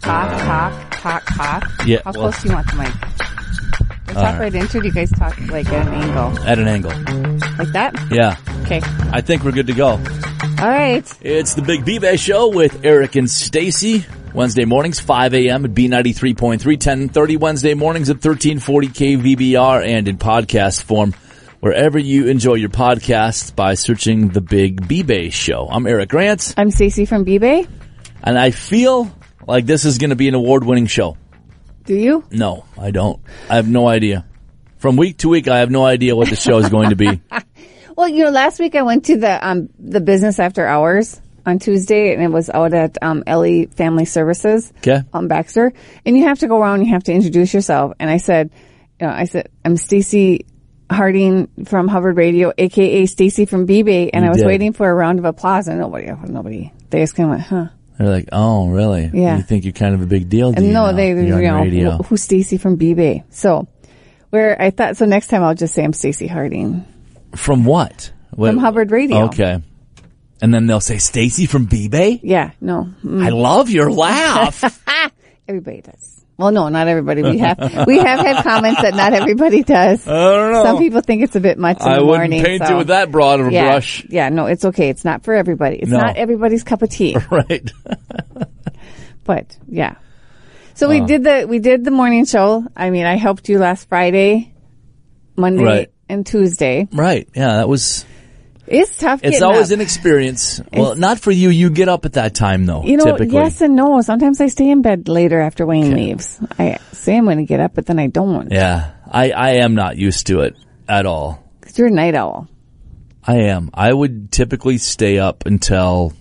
talk, talk, talk? Yeah, How well- uh, close do you want the mic? Do you All talk right into? it, Or do you guys talk like at an angle, at an angle. like that? Yeah, Okay. I think we're good to go. All right. It's the Big B-Bay Show with Eric and Stacy. Wednesday mornings, 5 a.m. at B93.3, 1030 Wednesday mornings at 1340 KVBR and in podcast form wherever you enjoy your podcasts by searching the Big B-Bay Show. I'm Eric Grant I'm Stacy from B-Bay. and I feel like this is going to be an award winning show. Do you? No, I don't. I have no idea. From week to week, I have no idea what the show is going to be. Well, you know, last week I went to the um the business after hours on Tuesday, and it was out at um, Ellie Family Services. Okay. on Baxter, and you have to go around. You have to introduce yourself. And I said, you know, I said I'm Stacy Harding from Hubbard Radio, aka Stacy from BB, and I You was did. waiting for a round of applause, and nobody, nobody, they just kind of went, huh? They're like, oh, really? Yeah. You think you're kind of a big deal? do And you no, now? they, You're on you know, radio. who- who's Stacy from BB? So. Where I thought so next time I'll just say I'm Stacy Harding. From what? What- From Hubbard Radio. Uh, Okay. And then they'll say, Stacy from B-Bay? Yeah, no, I love your laugh. everybody does. Well, no, not everybody. We have we have had comments that not everybody does. I don't know. Some people think it's a bit much in Oh. I the wouldn't morning. paint so- it with that broad of a yeah, brush. Yeah, no, it's okay. It's not for everybody. It's No. not everybody's cup of tea. Right. But yeah. So Uh. we did the we did the morning show. I mean, I helped you last Friday, Monday, Right. and Tuesday. Right. Yeah, that was, It's tough. it's getting always up. an experience. Well, not for you. You get up at that time though, you know typically. yes and no. Sometimes I stay in bed later after Wayne leaves. I say I'm going to get up, but then I don't. Yeah. I, I am not used to it at all. 'Cause you're a night owl. I am. I would typically stay up until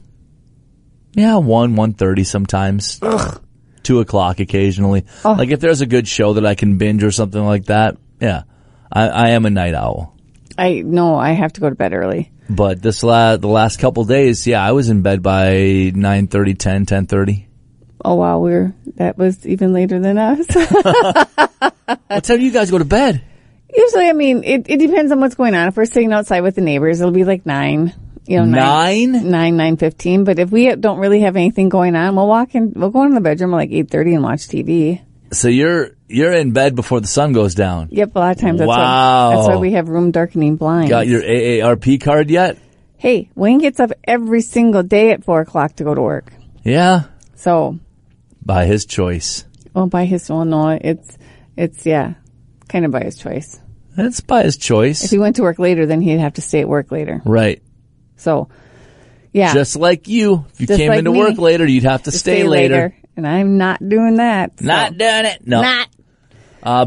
yeah, one, one thirty sometimes. Two o'clock occasionally. Like if there's a good show that I can binge or something like that, yeah. I, I am a night owl. I no, I have to go to bed early. But this la- the last couple days, yeah, I was in bed by 9.30, 10, 10.30. Oh wow, we were that was even later than us. What time do you guys go to bed? Usually, I mean, it, it depends on what's going on. If we're sitting outside with the neighbors, it'll be like nine, you know, Nine? nine, nine fifteen. But if we don't really have anything going on, we'll walk in, we'll go in the bedroom at like eight thirty and watch TV. So you're you're in bed before the sun goes down. Yep, a lot of times that's Wow. why that's why we have room darkening blinds. Got your AARP card yet? hey, Wayne gets up every single day at four o'clock to go to work. Yeah. So, By his choice. well, by his well, no, it's it's yeah, kind of by his choice. That's by his choice. If he went to work later, then he'd have to stay at work later. right. So, yeah, Just like you. If you Just came like into me. work later, you'd have to stay, later. And I'm not doing that. so- Not doing it. No. not. Uh,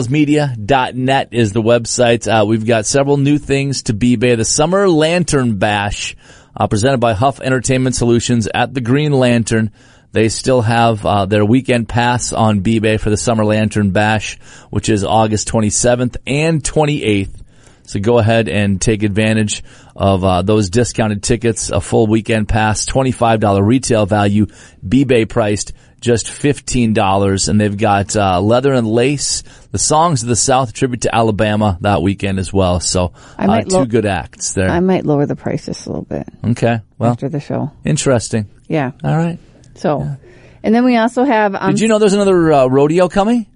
bbay.bigdealsmedia.net is the website. Uh, we've got several new things to bbay. The Summer Lantern Bash, uh, presented by Huff Entertainment Solutions at the Green Lantern. They still have uh, their weekend pass on bbay for the Summer Lantern Bash, which is August 27th and 28th. So go ahead and take advantage of uh, those discounted tickets, a full weekend pass, $25 retail value, B-Bay priced just $15. And they've got uh, Leather and Lace, the Songs of the South tribute to Alabama that weekend as well. So I uh, might two lo- good acts there. I might lower the price just a little bit okay. Well, after the show. interesting. Yeah. All right. So, and then we also have um Did you know there's another uh, rodeo coming?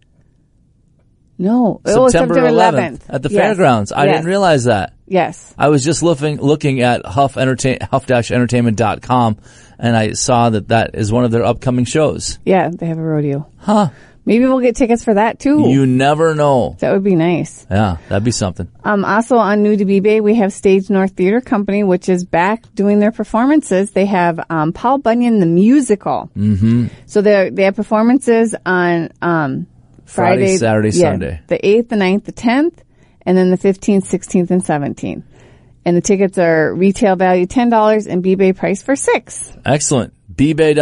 no oh, September 11th at the Yes. fairgrounds. I Yes. didn't realize that. Yes. I was just looking looking at Huff Entertain Huff-Entertainment.com and I saw that that is one of their upcoming shows. Yeah, they have a rodeo. Huh. Maybe we'll get tickets for that too. You never know. that would be nice. Yeah, that'd be something. Um, also on New to Be Bay, we have Stage North Theater Company, which is back doing their performances. They have um, Paul Bunyan the musical. Mm-hmm. So they they have performances on um, Friday, Friday, Saturday, yeah, Sunday. the eighth, the 9th, the tenth, and then the fifteenth, sixteenth, and seventeenth. And the tickets are retail value ten dollars and B Bay price for six. Excellent.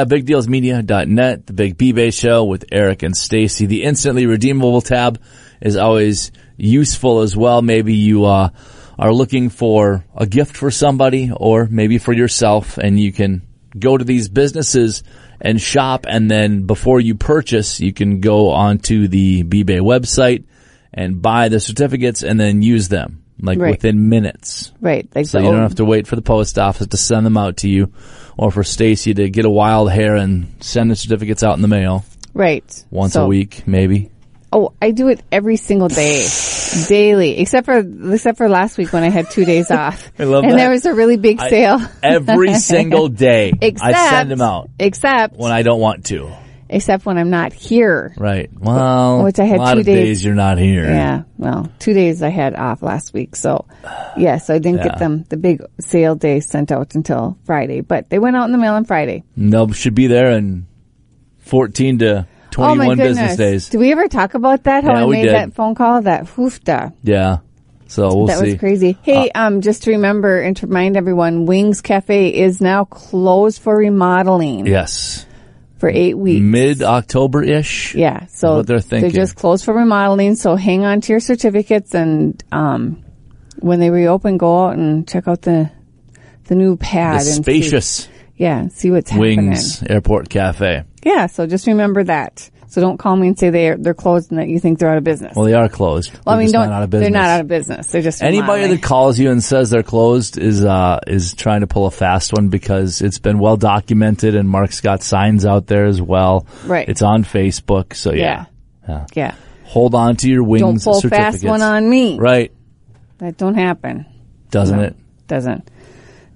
bbay.bigdealsmedia.net, the Big B-Bay Show with Eric and Stacy. The instantly redeemable tab is always useful as well. Maybe you uh, are looking for a gift for somebody or maybe for yourself and you can go to these businesses and shop and then before you purchase, you can go onto the B-Bay website and buy the certificates and then use them. like Right. within minutes. Right. Like So the you don't old- have to wait for the post office to send them out to you or for Stacy to get a wild hair and send the certificates out in the mail Right. once a So- week, maybe. Oh, I do it every single day, daily, except for except for last week when I had two days off. I love and that. there was a really big I- sale. Every single day. Except I send them out Except when I don't want to. except when I'm not here. Right. Well, Which I had a lot two of days- days you're not here. Yeah. Well, two days I had off last week, so yeah, so I didn't Yeah. get them the big sale day sent out until Friday, but they went out in the mail on Friday. And They'll should be there in 14 to Oh 21 my goodness! business days. Did we ever talk about that? How Yeah, I we made did. that phone call, that hoofda. Yeah. So we'll that see. Uh, was crazy. Hey, um, just to remember and to remind everyone, Wings Cafe is now closed for remodeling Yes. for eight weeks. Mid October ish. yeah, so Mm. What they're thinking. just closed for remodeling. So hang on to your certificates, and um, when they reopen, go out and check out the the new pad. The and see- spacious yeah, see what's Wings Airport Cafe. happening. Yeah, so just remember that. So don't call me and say they're they're closed and that you think they're out of business. Well, they are closed. Well, I They're mean, just don't, not out of they're business. not out of business. They're just Anybody remodeling. that calls you and says they're closed is uh, is trying to pull a fast one because it's been well documented, and Mark's got signs out there as well. Right. It's on Facebook, so yeah, yeah. hold on to your wings. Don't pull certificates. fast one on me. Right? That don't happen. Doesn't it? Doesn't.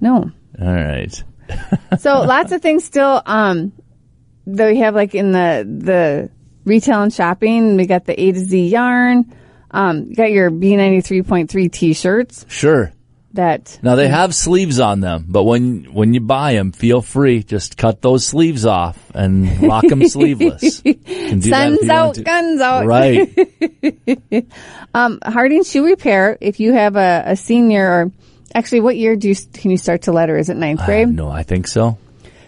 No. All right. So lots of things still um that we have like in the the retail and shopping. We got the A to Z yarn. Um, you got your B ninety three point three t shirts Sure. that Now they have sleeves on them, but when when you buy them, feel free just cut those sleeves off and rock them sleeveless. You can do that if Sun's you want out, to. guns out. Right. Harding Shoe Repair. If you have a, a senior or actually, what year do you can you start to letter? Is it ninth grade? no, I think so.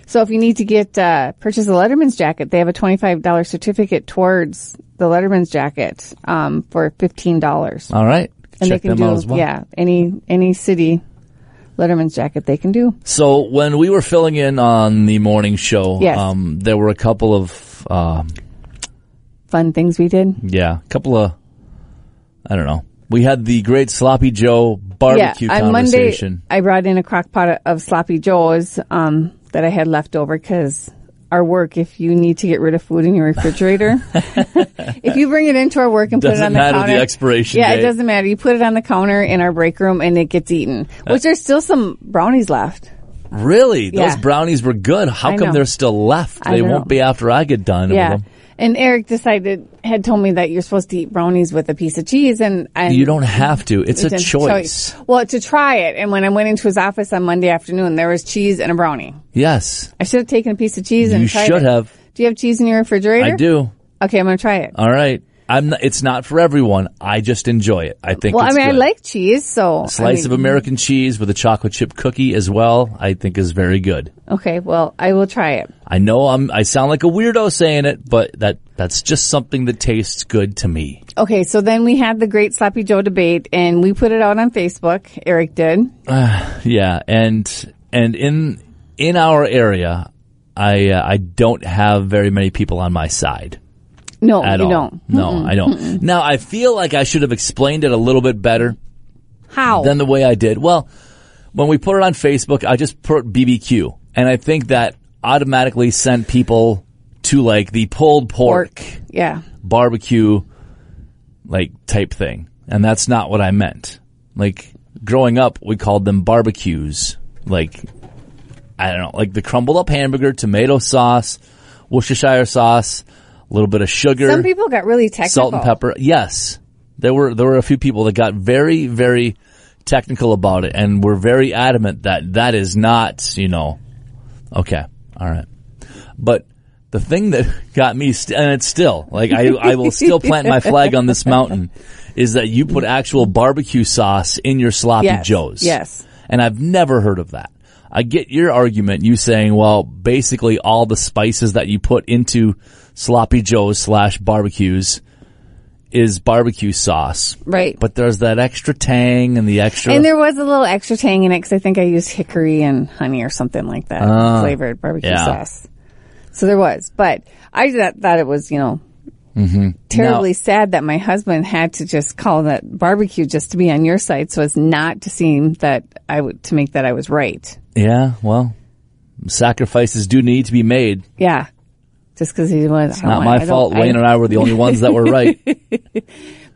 So if you need to get uh, purchase a Letterman's jacket, they have a twenty five dollar certificate towards the Letterman's jacket um, for fifteen dollars, All right. and Check they can them do out as well. yeah any any city Letterman's jacket they can do. So when we were filling in on the morning show, Yes. um, there were a couple of um, Fun things we did. yeah, a couple of I don't know. We had the great sloppy Joe barbecue yeah, on Monday conversation. I brought in a crock pot of sloppy joes um, that I had left over because our work. If you need to get rid of food in your refrigerator, if you bring it into our work and put it Doesn't on the matter counter, the expiration Yeah, date. it doesn't matter. You put it on the counter in our break room and it gets eaten. Which there's still some brownies left. Really, Yeah. those brownies were good. How I come know. they're still left? I they know. won't be after I get done Yeah. with them. And Eric decided had told me that you're supposed to eat brownies with a piece of cheese and, and You don't have to. It's, a it's choice. Well, to try it. And when I went into his office on Monday afternoon, there was cheese and a brownie. Yes, I should have taken a piece of cheese and you tried should it. have. Do you have cheese in your refrigerator? I do. Uh, Okay, I'm gonna try it. All right. I'm. Not, it's not for everyone. I just enjoy it. I think. well, I it's mean, I good. like cheese, so slice I of mean, American cheese with a chocolate chip cookie as well. I think is very good. Okay, well, I will try it. I know I'm. I sound like a weirdo saying it, but that that's just something that tastes good to me. Okay, so then we had the great Sloppy Joe debate, and we put it out on Facebook. Eric did. Yeah, and and in in our area, I uh, I don't have very many people on my side. No, at you all. don't. No, I don't. Now I feel like I should have explained it a little bit better How? than the way I did. Well, when we put it on Facebook, I just put BBQ, and I think that automatically sent people to like the pulled pork, Yeah. barbecue like type thing, and that's not what I meant. Like growing up, we called them barbecues. Like I don't know, like the crumbled up hamburger, tomato sauce, Worcestershire sauce, a little bit of sugar Some people got really technical. salt and pepper. Yes, there were there were a few people that got very very technical about it and were very adamant that that is not you know okay all right, but the thing that got me st- and it's still like I I will still plant my flag on this mountain is that you put actual barbecue sauce in your sloppy Yes, joes yes. and I've never heard of that. I get your argument, you saying, well, basically all the spices that you put into sloppy joes slash barbecues is barbecue sauce. Right. But there's that extra tang and the extra. and there was a little extra tang in it because I think I used hickory and honey or something like that flavored barbecue Ah, yeah. sauce. So there was, but I just thought it was, you know, Mm-hmm. terribly sad that my husband had to just call that barbecue just to be on your side so as not to seem that I would, to make that I was right. Yeah, well, sacrifices do need to be made. Yeah. Just because he was. It's Not my fault. Wayne and I were the only ones that were right.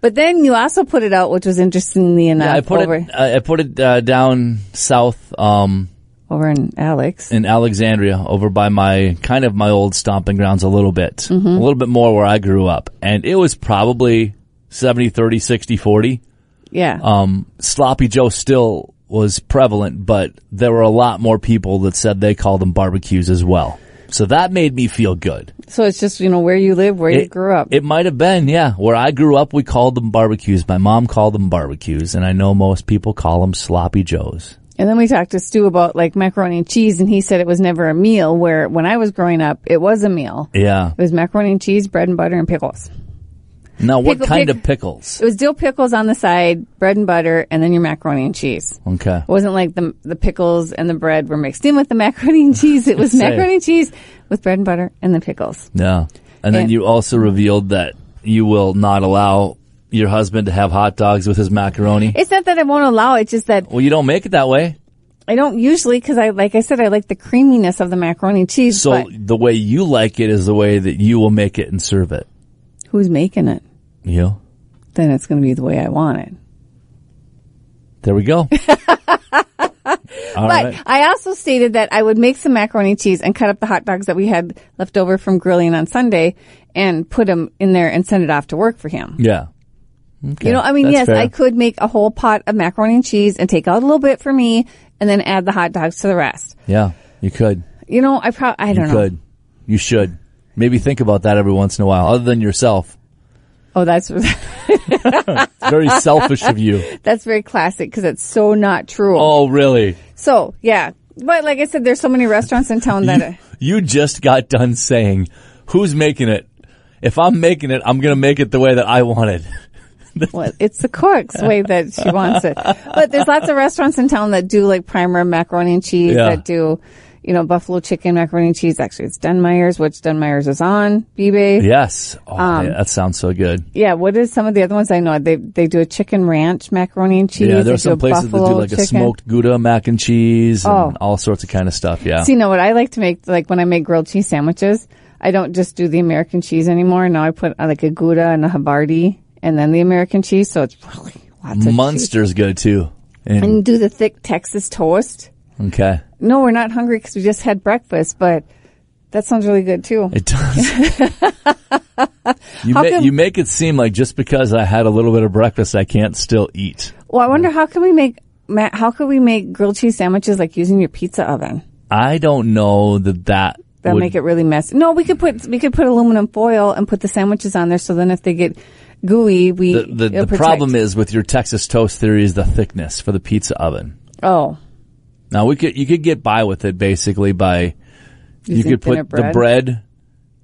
But then you also put it out, which was interestingly enough, Yeah, I put over, it. I I put it uh, down south um, over in Alex. in Alexandria, over by my kind of my old stomping grounds, a little bit, a little bit more where I grew up, and it was probably 70, 30, 60, 40. Yeah. Um, Sloppy Joe still was prevalent, but there were a lot more people that said they called them barbecues as well. So that made me feel good. so it's just, you know, where you live, where you grew up. It might have been, yeah. Where I grew up, we called them barbecues. My mom called them barbecues, and I know most people call them sloppy joes. And then we talked to Stu about like macaroni and cheese and he said it was never a meal where when I was growing up, it was a meal. Yeah. It was macaroni and cheese, bread and butter and pickles. Now, what Pickle- kind pick- of pickles? It was dill pickles on the side, bread and butter, and then your macaroni and cheese. Okay. It wasn't like the the pickles and the bread were mixed in with the macaroni and cheese. It was Same. macaroni and cheese with bread and butter and the pickles. Yeah. And then And- you also revealed that you will not allow your husband to have hot dogs with his macaroni. It's not that I won't allow it, just that Well, you don't make it that way. I don't usually because I like I said I like the creaminess of the macaroni and cheese. So but the way you like it is the way that you will make it and serve it. who's making it? You. Then it's going to be the way I want it. There we go. All But right. I also stated that I would make some macaroni and cheese and cut up the hot dogs that we had left over from grilling on Sunday and put them in there and send it off to work for him. Yeah. Okay. You know, I mean, That's yes, fair. I could make a whole pot of macaroni and cheese and take out a little bit for me and then add the hot dogs to the rest. Yeah, you could. You know, I probably, I You don't know. could. You should. Maybe think about that every once in a while, other than yourself. Oh, that's, It's very selfish of you. that's very classic because it's so not true. Oh, really? So yeah, but like I said, there's so many restaurants in town that You, you just got done saying, who's making it? If I'm making it, I'm going to make it the way that I want it. well, it's the cook's way that she wants it. But there's lots of restaurants in town that do like primer macaroni and cheese Yeah. that do, you know, buffalo chicken macaroni and cheese. Actually, it's Dunmeyer's, which Dunmeyer's is on B-Bay. Yeah. Yes. Oh, Um, yeah, that sounds so good. What is some of the other ones I know? They they do a chicken ranch macaroni and cheese. Yeah, They there are some a places that do buffalo like a chicken. smoked Gouda mac and cheese and Oh. all sorts of kind of stuff. Yeah. So you know what I like to make? Like when I make grilled cheese sandwiches, I don't just do the American cheese anymore. Now I put uh, like a Gouda and a Havarti, and then the American cheese. So it's really lots of cheese. Munster's good too. And, And do the thick Texas toast. okay. No, we're not hungry because we just had breakfast, but that sounds really good too. It does. you, How ma- come- you make it seem like just because I had a little bit of breakfast, I can't still eat. Well, I wonder how can we make Matt, how could we make grilled cheese sandwiches like using your pizza oven? I don't know that that That would- make it really messy. No, we could put we could put aluminum foil and put the sandwiches on there. So then if they get gooey, we The, the, the problem is with your Texas toast theory is the thickness for the pizza oven. oh Now we could you could get by with it basically by you Using could thinner put the bread? bread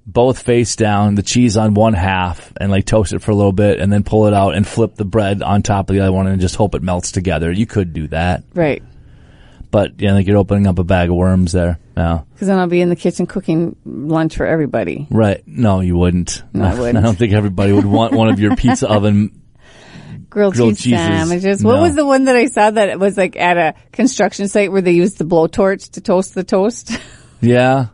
both face down, the cheese on one half, and like toast it for a little bit, and then pull it out and flip the bread on top of the other one, and just hope it melts together. You could do that, right. but yeah, like you're opening up a bag of worms there. No, Because then I'll be in the kitchen cooking lunch for everybody. right? No, you wouldn't. No, I wouldn't. don't think everybody would want one of your pizza oven. Grilled, Grilled cheese cheeses. sandwiches. What No. was the one that I saw that was like at a construction site where they used the blowtorch to toast the toast? Yeah,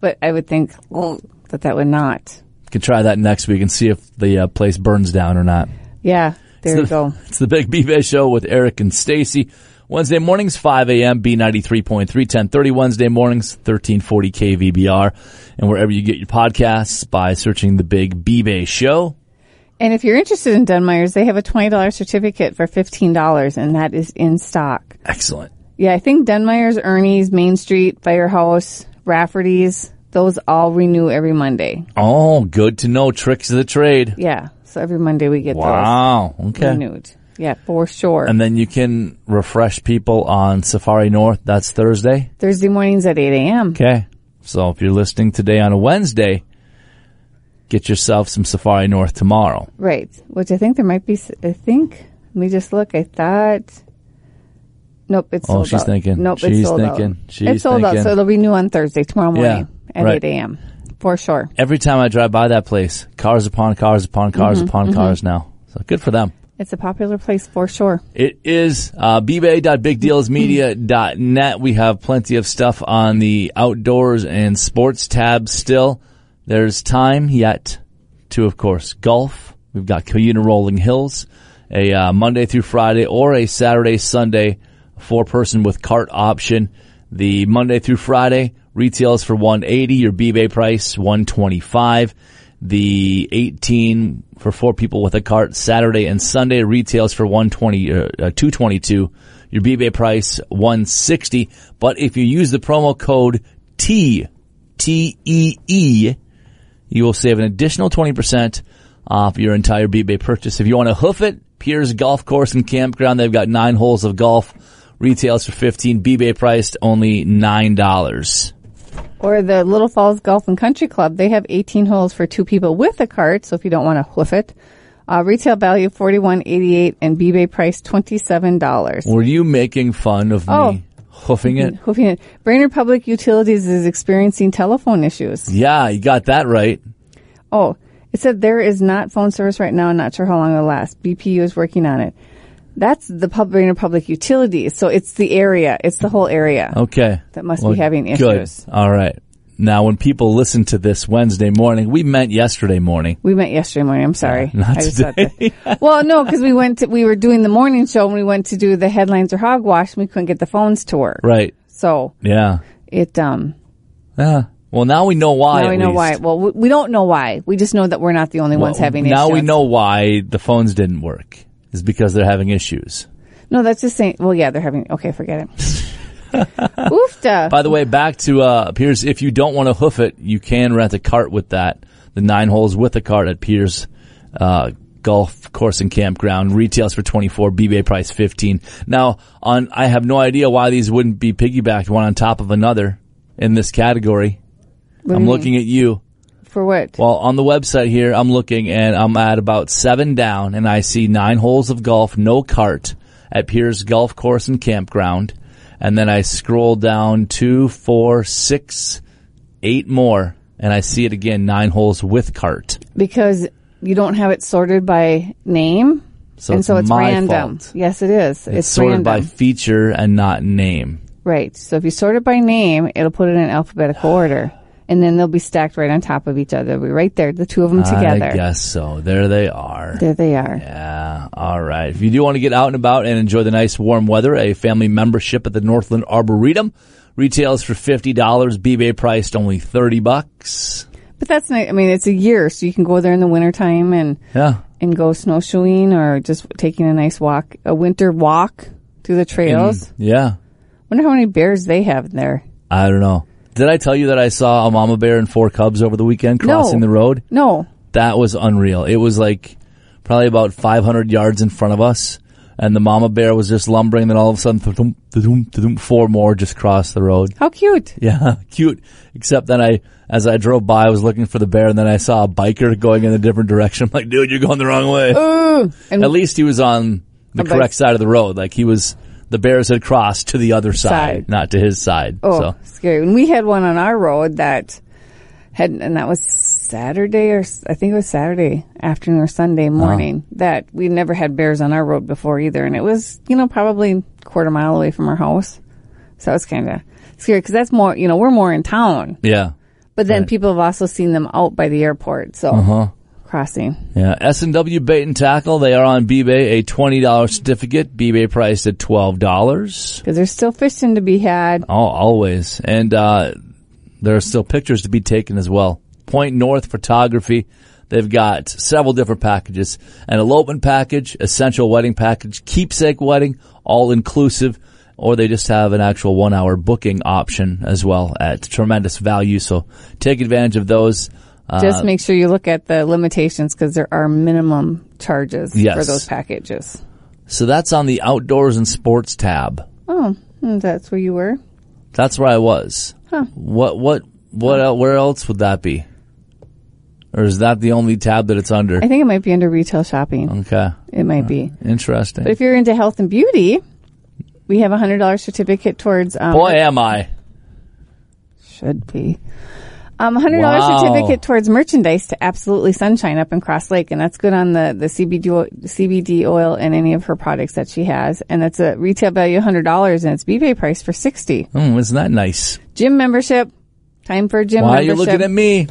but I would think oh, that that would not. could try that next week and see if the uh, place burns down or not. Yeah, there you It's the- go. It's the Big B-Bay Show with Eric and Stacy. Wednesday mornings, 5 a.m., B93.3, 1030 Wednesday mornings, 1340 KVBR. And wherever you get your podcasts by searching the Big B-Bay Show. And if you're interested in Dunmeyer's, they have a $20 certificate for $15 and that is in stock. Excellent. Yeah, I think Dunmeyer's, Ernie's, Main Street, Firehouse, Rafferty's, those all renew every Monday. Oh, good to know. Tricks of the trade. Yeah. So every Monday we get Wow. those Okay. renewed. Yeah, for sure. And then you can refresh people on Safari North. That's Thursday. Thursday mornings at 8 a.m. Okay. So if you're listening today on a Wednesday, get yourself some Safari North tomorrow. Right. Which I think there might be, s- I think, let me just look. I thought, nope, it's Oh, sold she's out. thinking. Nope, She's it's sold thinking. out. She's it's sold out, thinking. so it'll renew on Thursday, tomorrow morning at right. 8 a.m. for sure. Every time I drive by that place, cars upon cars upon cars upon cars now. So good for them. It's a popular place for sure. It is uh, bbay.bigdealsmedia.net. We have plenty of stuff on the outdoors and sports tab still. There's time yet to, of course, golf. We've got Cuyuna Rolling Hills, a uh, Monday through Friday or a Saturday, Sunday, four person with cart option. The Monday through Friday retails for 180, your bbay price 125. The 18 for four people with a cart Saturday and Sunday retails for 120 uh, uh, 222 your bbay price 160 but if you use the promo code T T E E you will save an additional 20% off your entire bbay purchase if you want to hoof it Piers Golf Course and Campground they've got 9 holes of golf retails for 15 bbay priced only $9 Or the Little Falls Golf and Country Club, they have 18 holes for two people with a cart. So if you don't want to hoof it, uh, retail value 41.88 and b-bay price $27. were you making fun of Oh. me hoofing it Hoofing it. Brainerd Public Utilities is experiencing telephone issues. yeah you got that right Oh, it said there is not phone service right now. Not sure how long it'll last. BPU is working on it. That's the pub, Brainerd Public Utilities. So it's the area. It's the whole area. Okay. That must be having good. issues. All right. Now, when people listen to this Wednesday morning, we met yesterday morning. We met yesterday morning. I'm sorry. Yeah, not I just thought that- well, no, because we went. To, we were doing the morning show and we went to do the headlines or hogwash, and we couldn't get the phones to work. Right. So Yeah. it. Um. Yeah. Well, now we know why. now we at know least. why. Well, we, we don't know why. We just know that we're not the only Well, ones having issues. now we know why the phones didn't work. Is because they're having issues. No, that's just saying. Well, yeah, they're having. Okay, forget it. Oofta. By the way, back to uh, Piers. If you don't want to hoof it, you can rent a cart with that. The nine holes with a cart at Piers uh, Golf Course and Campground retails for twenty four. BBA price fifteen. Now, on I have no idea why these wouldn't be piggybacked one on top of another in this category. What do you I'm mean? looking at you. for what? Well, on the website here, I'm looking and I'm at about seven down and I see nine holes of golf, no cart at Piers Golf Course and Campground. And then I scroll down two, four, six, eight more and I see it again, nine holes with cart. because you don't have it sorted by name, So and it's so it's my random. fault. Yes, it is. It's, It's sorted by random. feature and not name. right. So if you sort it by name, it'll put it in alphabetical order, and then they'll be stacked right on top of each other. They'll be right there, the two of them I together. guess so. There they are. There they are. Yeah. All right. If you do want to get out and about and enjoy the nice warm weather, a family membership at the Northland Arboretum retails for fifty dollars. B-Bay priced only thirty bucks. But that's nice. I mean, it's a year, so you can go there in the wintertime and Yeah. and go snowshoeing or just taking a nice walk, a winter walk through the trails. Yeah. Wonder how many bears they have in there. I don't know. Did I tell you that I saw a mama bear and four cubs over the weekend No. crossing the road? No, That was unreal. It was like probably about 500 yards in front of us, and the mama bear was just lumbering. Then all of a sudden, thudum, thudum, thudum, four more just crossed the road. how cute. Yeah, cute. Except then I, as I drove by, I was looking for the bear, and then I saw a biker going in a different direction. I'm like, dude, you're going the wrong way. Ooh, and At least he was on the A bike- correct side of the road. Like he was, the bears had crossed to the other side, Side. not to his side. Oh, So scary! And we had one on our road that had, and that was Saturday or s- I think it was Saturday afternoon or Sunday Uh-huh. morning. That we never had bears on our road before either, and it was you know probably quarter mile away from our house, so it was kind of scary because that's more you know we're more in town, yeah, but then people have also seen them out by the airport, so Uh-huh. crossing. yeah. S and W Bait and Tackle. They are on B-Bay, a twenty dollar certificate. B-Bay priced at twelve dollars. Because there's still fishing to be had. Oh, always. And uh, there are still pictures to be taken as well. Point North Photography. They've got several different packages an elopement package, essential wedding package, keepsake wedding, all inclusive, or they just have an actual one hour booking option as well at tremendous value. So take advantage of those. Uh, Just make sure you look at the limitations because there are minimum charges for Yes. those packages. so that's on the outdoors and sports tab. Oh, hmm, that's where you were. That's where I was. What, what, what, el where else would that be? Or is that the only tab that it's under? I think it might be under retail shopping. Okay. It might be. Interesting. But if you're into health and beauty, we have a hundred dollar certificate towards. Um, Boy, am I. should be. Um, $100 Wow. certificate towards merchandise to Absolutely Sunshine up in Cross Lake. And that's good on the, the CBD, oil- CBD oil and any of her products that she has. And that's a retail value of $100 and it's BPay price for 60 Hmm, isn't that nice? Gym membership. Time for gym Why are you membership. looking at me?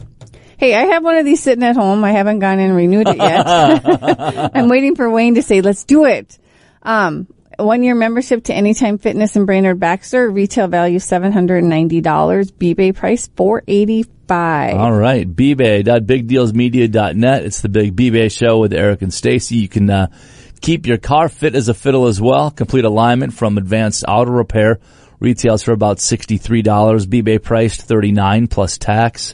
Hey, I have one of these sitting at home. I haven't gone and renewed it yet. I'm waiting for Wayne to say, let's do it. Um, one year membership to Anytime Fitness and Brainerd Baxter, retail value $790, BBay price 485 All right, bbay.bigdealsmedia.net. It's the Big bbay Show with Eric and Stacy. You can uh, keep your car fit as a fiddle as well. Complete alignment from Advanced Auto Repair retails for about sixty-three dollars. bbay priced thirty-nine plus tax.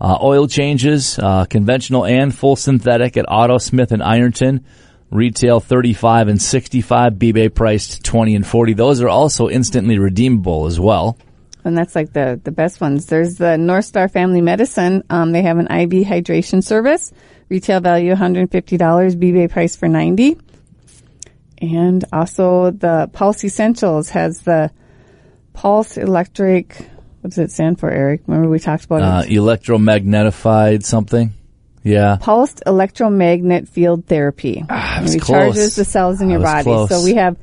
Uh, oil changes, uh, conventional and full synthetic at Auto Smith and Ironton. Retail 35 and 65, bbay priced 20 and 40. Those are also instantly redeemable as well. And that's like the, the best ones. There's the North Star Family Medicine. Um, they have an IV hydration service, retail value $150, BBay price for 90 And also the Pulse Essentials has the Pulse Electric, what does it stand for, Eric? Remember we talked about Uh, it? electromagnetified something. Yeah. Pulsed electromagnet field therapy. I Ah, was recharges close. the cells in I your was body. close. So we have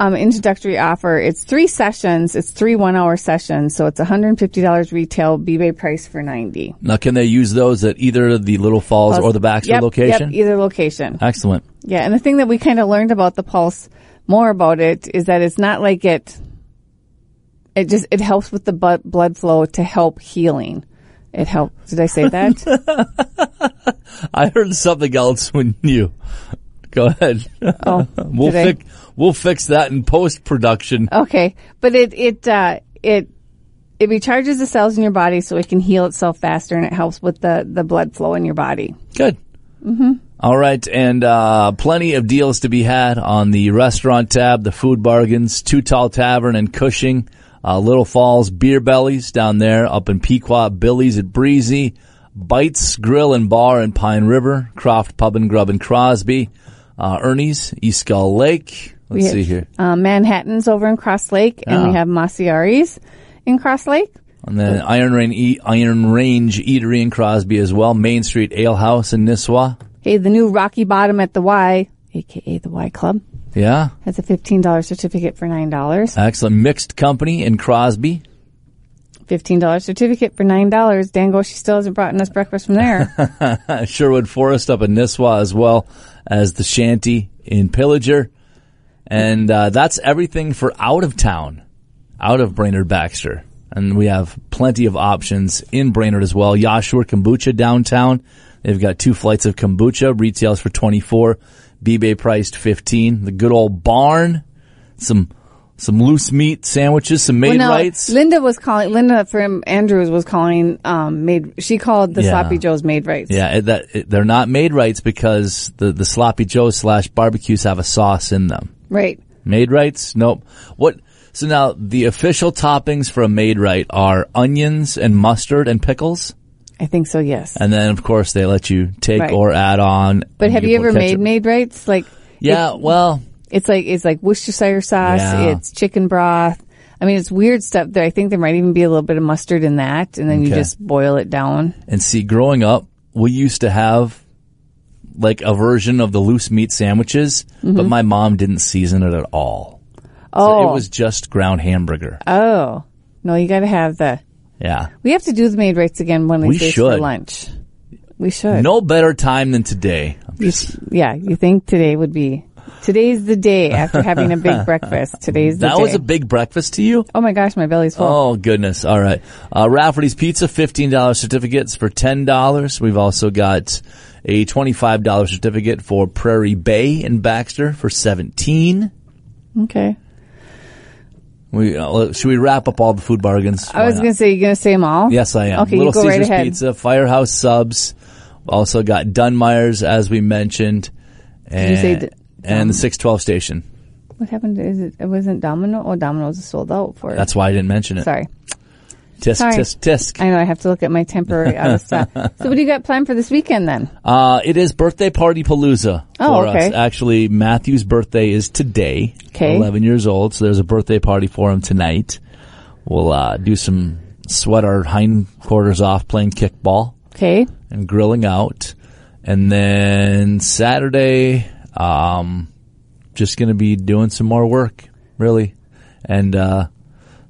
um, introductory offer. It's three sessions. It's three one-hour sessions. So it's $150 retail, BBay price for 90 Now, can they use those at either the Little Falls or the Baxter Yep, location? Yep, either location. Excellent. Yeah, and the thing that we kind of learned about the pulse more about it is that it's not like it. It just it helps with the bu- blood flow to help healing. It helps. Did I say that? I heard something else when you. Go ahead. oh, We'll did I- fix we'll fix that in post production. Okay, but it it uh, it it recharges the cells in your body so it can heal itself faster, and it helps with the the blood flow in your body. Good. All right, and uh, plenty of deals to be had on the restaurant tab, the food bargains, Two Tall Tavern and Cushing, uh, Little Falls Beer Bellies down there, up in Pequot, Billy's at Breezy, Bites Grill and Bar in Pine River, Croft Pub and Grub in Crosby, uh, Ernie's East Skull Lake. Let's We see have, here, uh, Manhattan's over in Cross Lake, and Ah. we have Masiari's in Cross Lake. and then Iron Rain e- Iron Range Eatery in Crosby as well, Main Street Ale House in Nisswa. Hey, the new Rocky Bottom at the Y, aka the Y Club, Yeah, has a fifteen dollars certificate for nine dollars. excellent. Mixed Company in Crosby. Fifteen dollars certificate for nine dollars. Dango, she still hasn't brought us breakfast from there. Sherwood Forest up in Nisswa, as well as the shanty in Pillager. And uh, that's everything for out of town, out of Brainerd Baxter. And we have plenty of options in Brainerd as well. Yashua Kombucha downtown. They've got two flights of kombucha, retails for 24, B-Bay priced 15. The good old barn, some some loose meat sandwiches, some maid no, rights. Linda was calling. Linda from Andrews was calling. Um, made she called the Yeah. Sloppy Joe's made rights. Yeah, it, that, it, they're not made rights because the, the sloppy joe slash barbecues have a sauce in them. Right. Made rights? Nope. What? So now the official toppings for a made right are onions and mustard and pickles. I think so. Yes. And then of course they let you take Right. or add on. But have you ever ketchup. made made rights? Like Yeah, well, it's like it's like Worcestershire sauce. Yeah. It's chicken broth. I mean, it's weird stuff. There, I think there might even be a little bit of mustard in that, and then you Okay. just boil it down. and see, growing up, we used to have like a version of the loose meat sandwiches, but my mom didn't season it at all. Mm-hmm. Oh, It was just ground hamburger. oh, no, you got to have the. Yeah. We have to do the made rights again one of We these days for should. lunch. We should. No better time than today. I'm just- Yeah, you think today would be today's the day after having a big breakfast. Today's the that day. was a big breakfast to you? oh my gosh, my belly's full. Oh goodness! All right, uh, Rafferty's Pizza, fifteen dollars certificates for ten dollars. We've also got a twenty-five dollars certificate for Prairie Bay in Baxter for seventeen. Oh. Okay. We uh, should we wrap up all the food bargains? I was Why not? going to say you're going to say them all. Yes, I am. Okay, Little you go Caesars right ahead. Pizza, Firehouse Subs. Also got Dunmire's, as we mentioned, and you say D- and the six twelve station. What happened? Is it? It wasn't Domino. Oh, Domino's is sold out for. That's why I didn't mention it. Sorry. Tisk Sorry. tisk tisk. I know. I have to look at my temporary out of stock. So, what do you got planned for this weekend then? Uh, it is birthday party palooza Oh, for us. okay. Actually, Matthew's birthday is today. Okay. 11 years old, so there's a birthday party for him tonight. We'll, uh, do some sweat our hindquarters off playing kickball Okay. and grilling out. And then Saturday, um, just going to be doing some more work, really. And uh,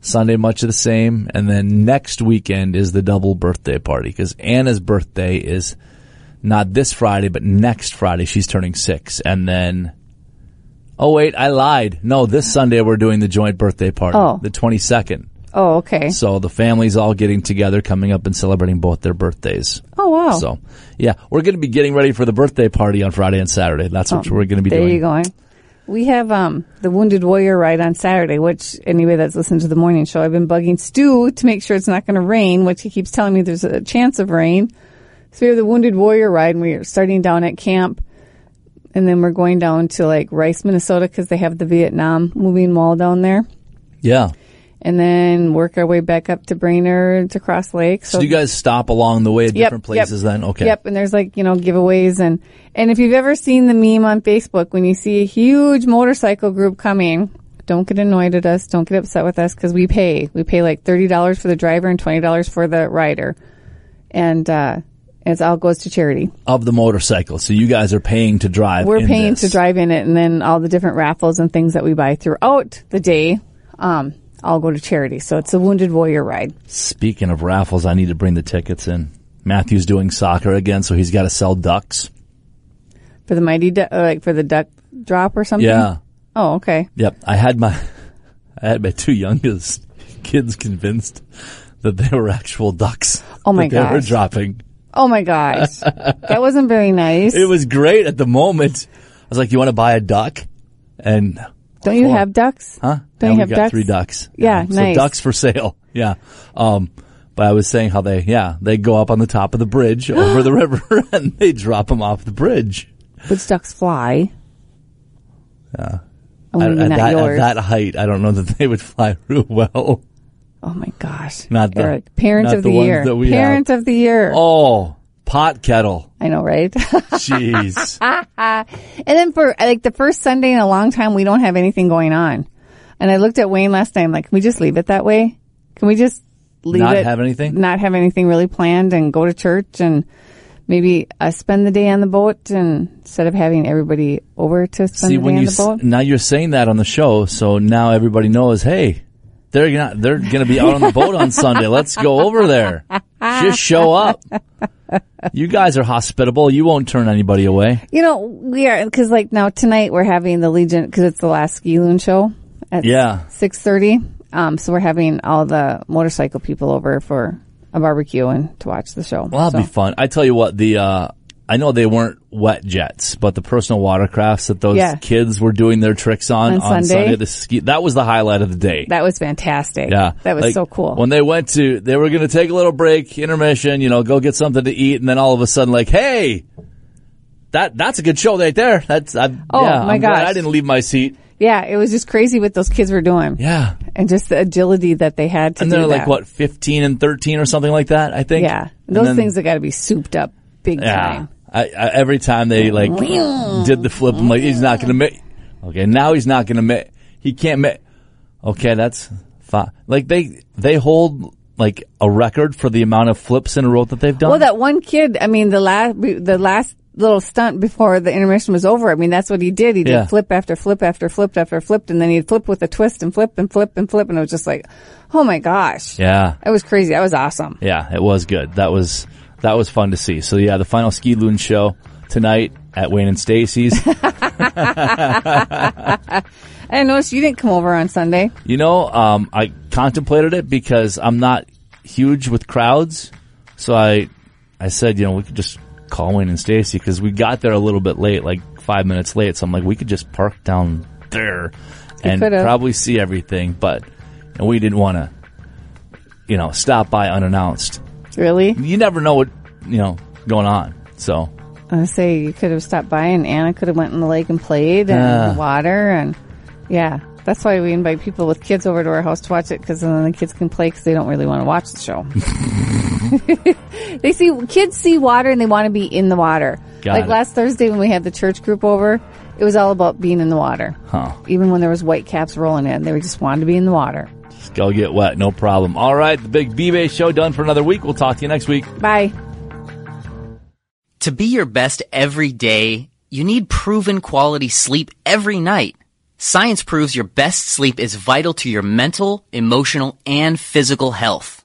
Sunday, much of the same. And then next weekend is the double birthday party because Anna's birthday is not this Friday, but next Friday. She's turning six. And then. Oh wait, I lied. No, this Sunday we're doing the joint birthday party, Oh. the 22nd. Oh, okay. So the family's all getting together, coming up and celebrating both their birthdays. Oh, wow. So, yeah, we're going to be getting ready for the birthday party on Friday and Saturday. That's what we're going to be Oh, there doing. you going. We have um, the Wounded Warrior ride on Saturday, which anybody that's listened to the morning show, I've been bugging Stu to make sure it's not going to rain, which he keeps telling me there's a chance of rain. So we have the Wounded Warrior ride, and we are starting down at camp, and then we're going down to like Rice, Minnesota, because they have the Vietnam moving wall down there, Yeah. and then work our way back up to Brainerd to Cross Lake. So do you guys stop along the way at different places then? Okay. Yep. And there's like, you know, giveaways and, and if you've ever seen the meme on Facebook, when you see a huge motorcycle group coming, don't get annoyed at us. Don't get upset with us because we pay. We pay like $30 for the driver and $20 for the rider. And, uh, it all goes to charity. Of the motorcycle. So you guys are paying to drive. We're in paying this. to drive in it and then all the different raffles and things that we buy throughout the day, um, all go to charity. So it's a wounded warrior ride. Speaking of raffles, I need to bring the tickets in. Matthew's doing soccer again, so he's got to sell ducks. Mm-hmm. For the mighty, du- uh, like for the duck drop or something? Yeah. Oh, okay. Yep. I had my, I had my two youngest kids convinced that they were actual ducks. Oh my that they were gosh. dropping. Oh my gosh. that wasn't very nice. It was great at the moment. I was like, "You want to buy a duck?" And Don't you Four. have ducks? huh? Don't and you we have got ducks? three ducks. Yeah, so nice. ducks for sale. Yeah. Um, but I was saying how they, yeah, they go up on the top of the bridge over the river and they drop them off the bridge. Which ducks fly? Yeah. Oh, At, maybe at not that, at yours. that height, I don't know that they would fly real well. oh my gosh. Not the- Eric, parent not of the the, ones year. that we Parent of the year. Oh, pot kettle. I know, right? Jeez. And then for like the first Sunday in a long time, we don't have anything going on. And I looked at Wayne last night. I'm like, can we just leave it that way? Can we just leave Not it? have anything? Not have anything really planned and go to church and maybe uh, spend the day on the boat and instead of having everybody over to spend See the day when on you the s- boat. now you're saying that on the show, so now everybody knows. Hey, they're not they're going to be out on the boat on Sunday. Let's go over there. Just show up. You guys are hospitable. You won't turn anybody away. You know, we are because like now tonight we're having the Legion because it's the last ski loon show at Yeah. six thirty. Um, so we're having all the motorcycle people over for a barbecue and to watch the show. Well, So- that'll be fun. I tell you what, the uh, I know they weren't wet jets, but the personal watercrafts that those Yeah. kids were doing their tricks on On Sunday. the ski that was the highlight of the day. that was fantastic. Yeah. that was Like, so cool. When they went to, they were going to take a little break, intermission, you know, go get something to eat. And then all of a sudden, like, hey, that, that's a good show right there. That's, I, Oh, yeah, my I'm glad gosh. I didn't leave my seat. yeah, it was just crazy what those kids were doing Yeah. and just the agility that they had to And do they're like, that. what, 15 and 13 or something like that, I think. Yeah, And those then- things have got to be souped up big Yeah. time. I, I, every time they like did the flip, I'm like, he's not going to make, okay, now he's not going to make, he can't make, okay, that's fine. Like they, they hold like a record for the amount of flips in a row that they've done. Well, that one kid, I mean, the last, the last little stunt before the intermission was over, I mean, that's what he did. He did Yeah. flip after flip after flip after flip, and then he'd flip with a twist and flip and flip and flip, and it was just like, oh my gosh. yeah. That was crazy. That was awesome. Yeah, it was good. That was that was fun to see. So yeah, the final ski loon show tonight at Wayne and Stacy's. I noticed you didn't come over on Sunday. you know, um, I contemplated it because I'm not huge with crowds, so I I said, you know, we could just call Wayne and Stacy because we got there a little bit late, like five minutes late. So I'm like, we could just park down there and could've. probably see everything, but and we didn't want to, you know, stop by unannounced. Really? You never know what you know going on, so. I say you could have stopped by, and Anna could have went in the lake and played and Ah. the water, and yeah. That's why we invite people with kids over to our house to watch it because then the kids can play because they don't really want to watch the show. they see kids see water and they want to be in the water. Got like it. last Thursday when we had the church group over, it was all about being in the water. Huh. Even when there was white caps rolling in, they were just wanted to be in the water. Go get wet, no problem. All right, the big B-Bay show done for another week. We'll talk to you next week. Bye. To be your best every day, you need proven quality sleep every night. Science proves your best sleep is vital to your mental, emotional, and physical health.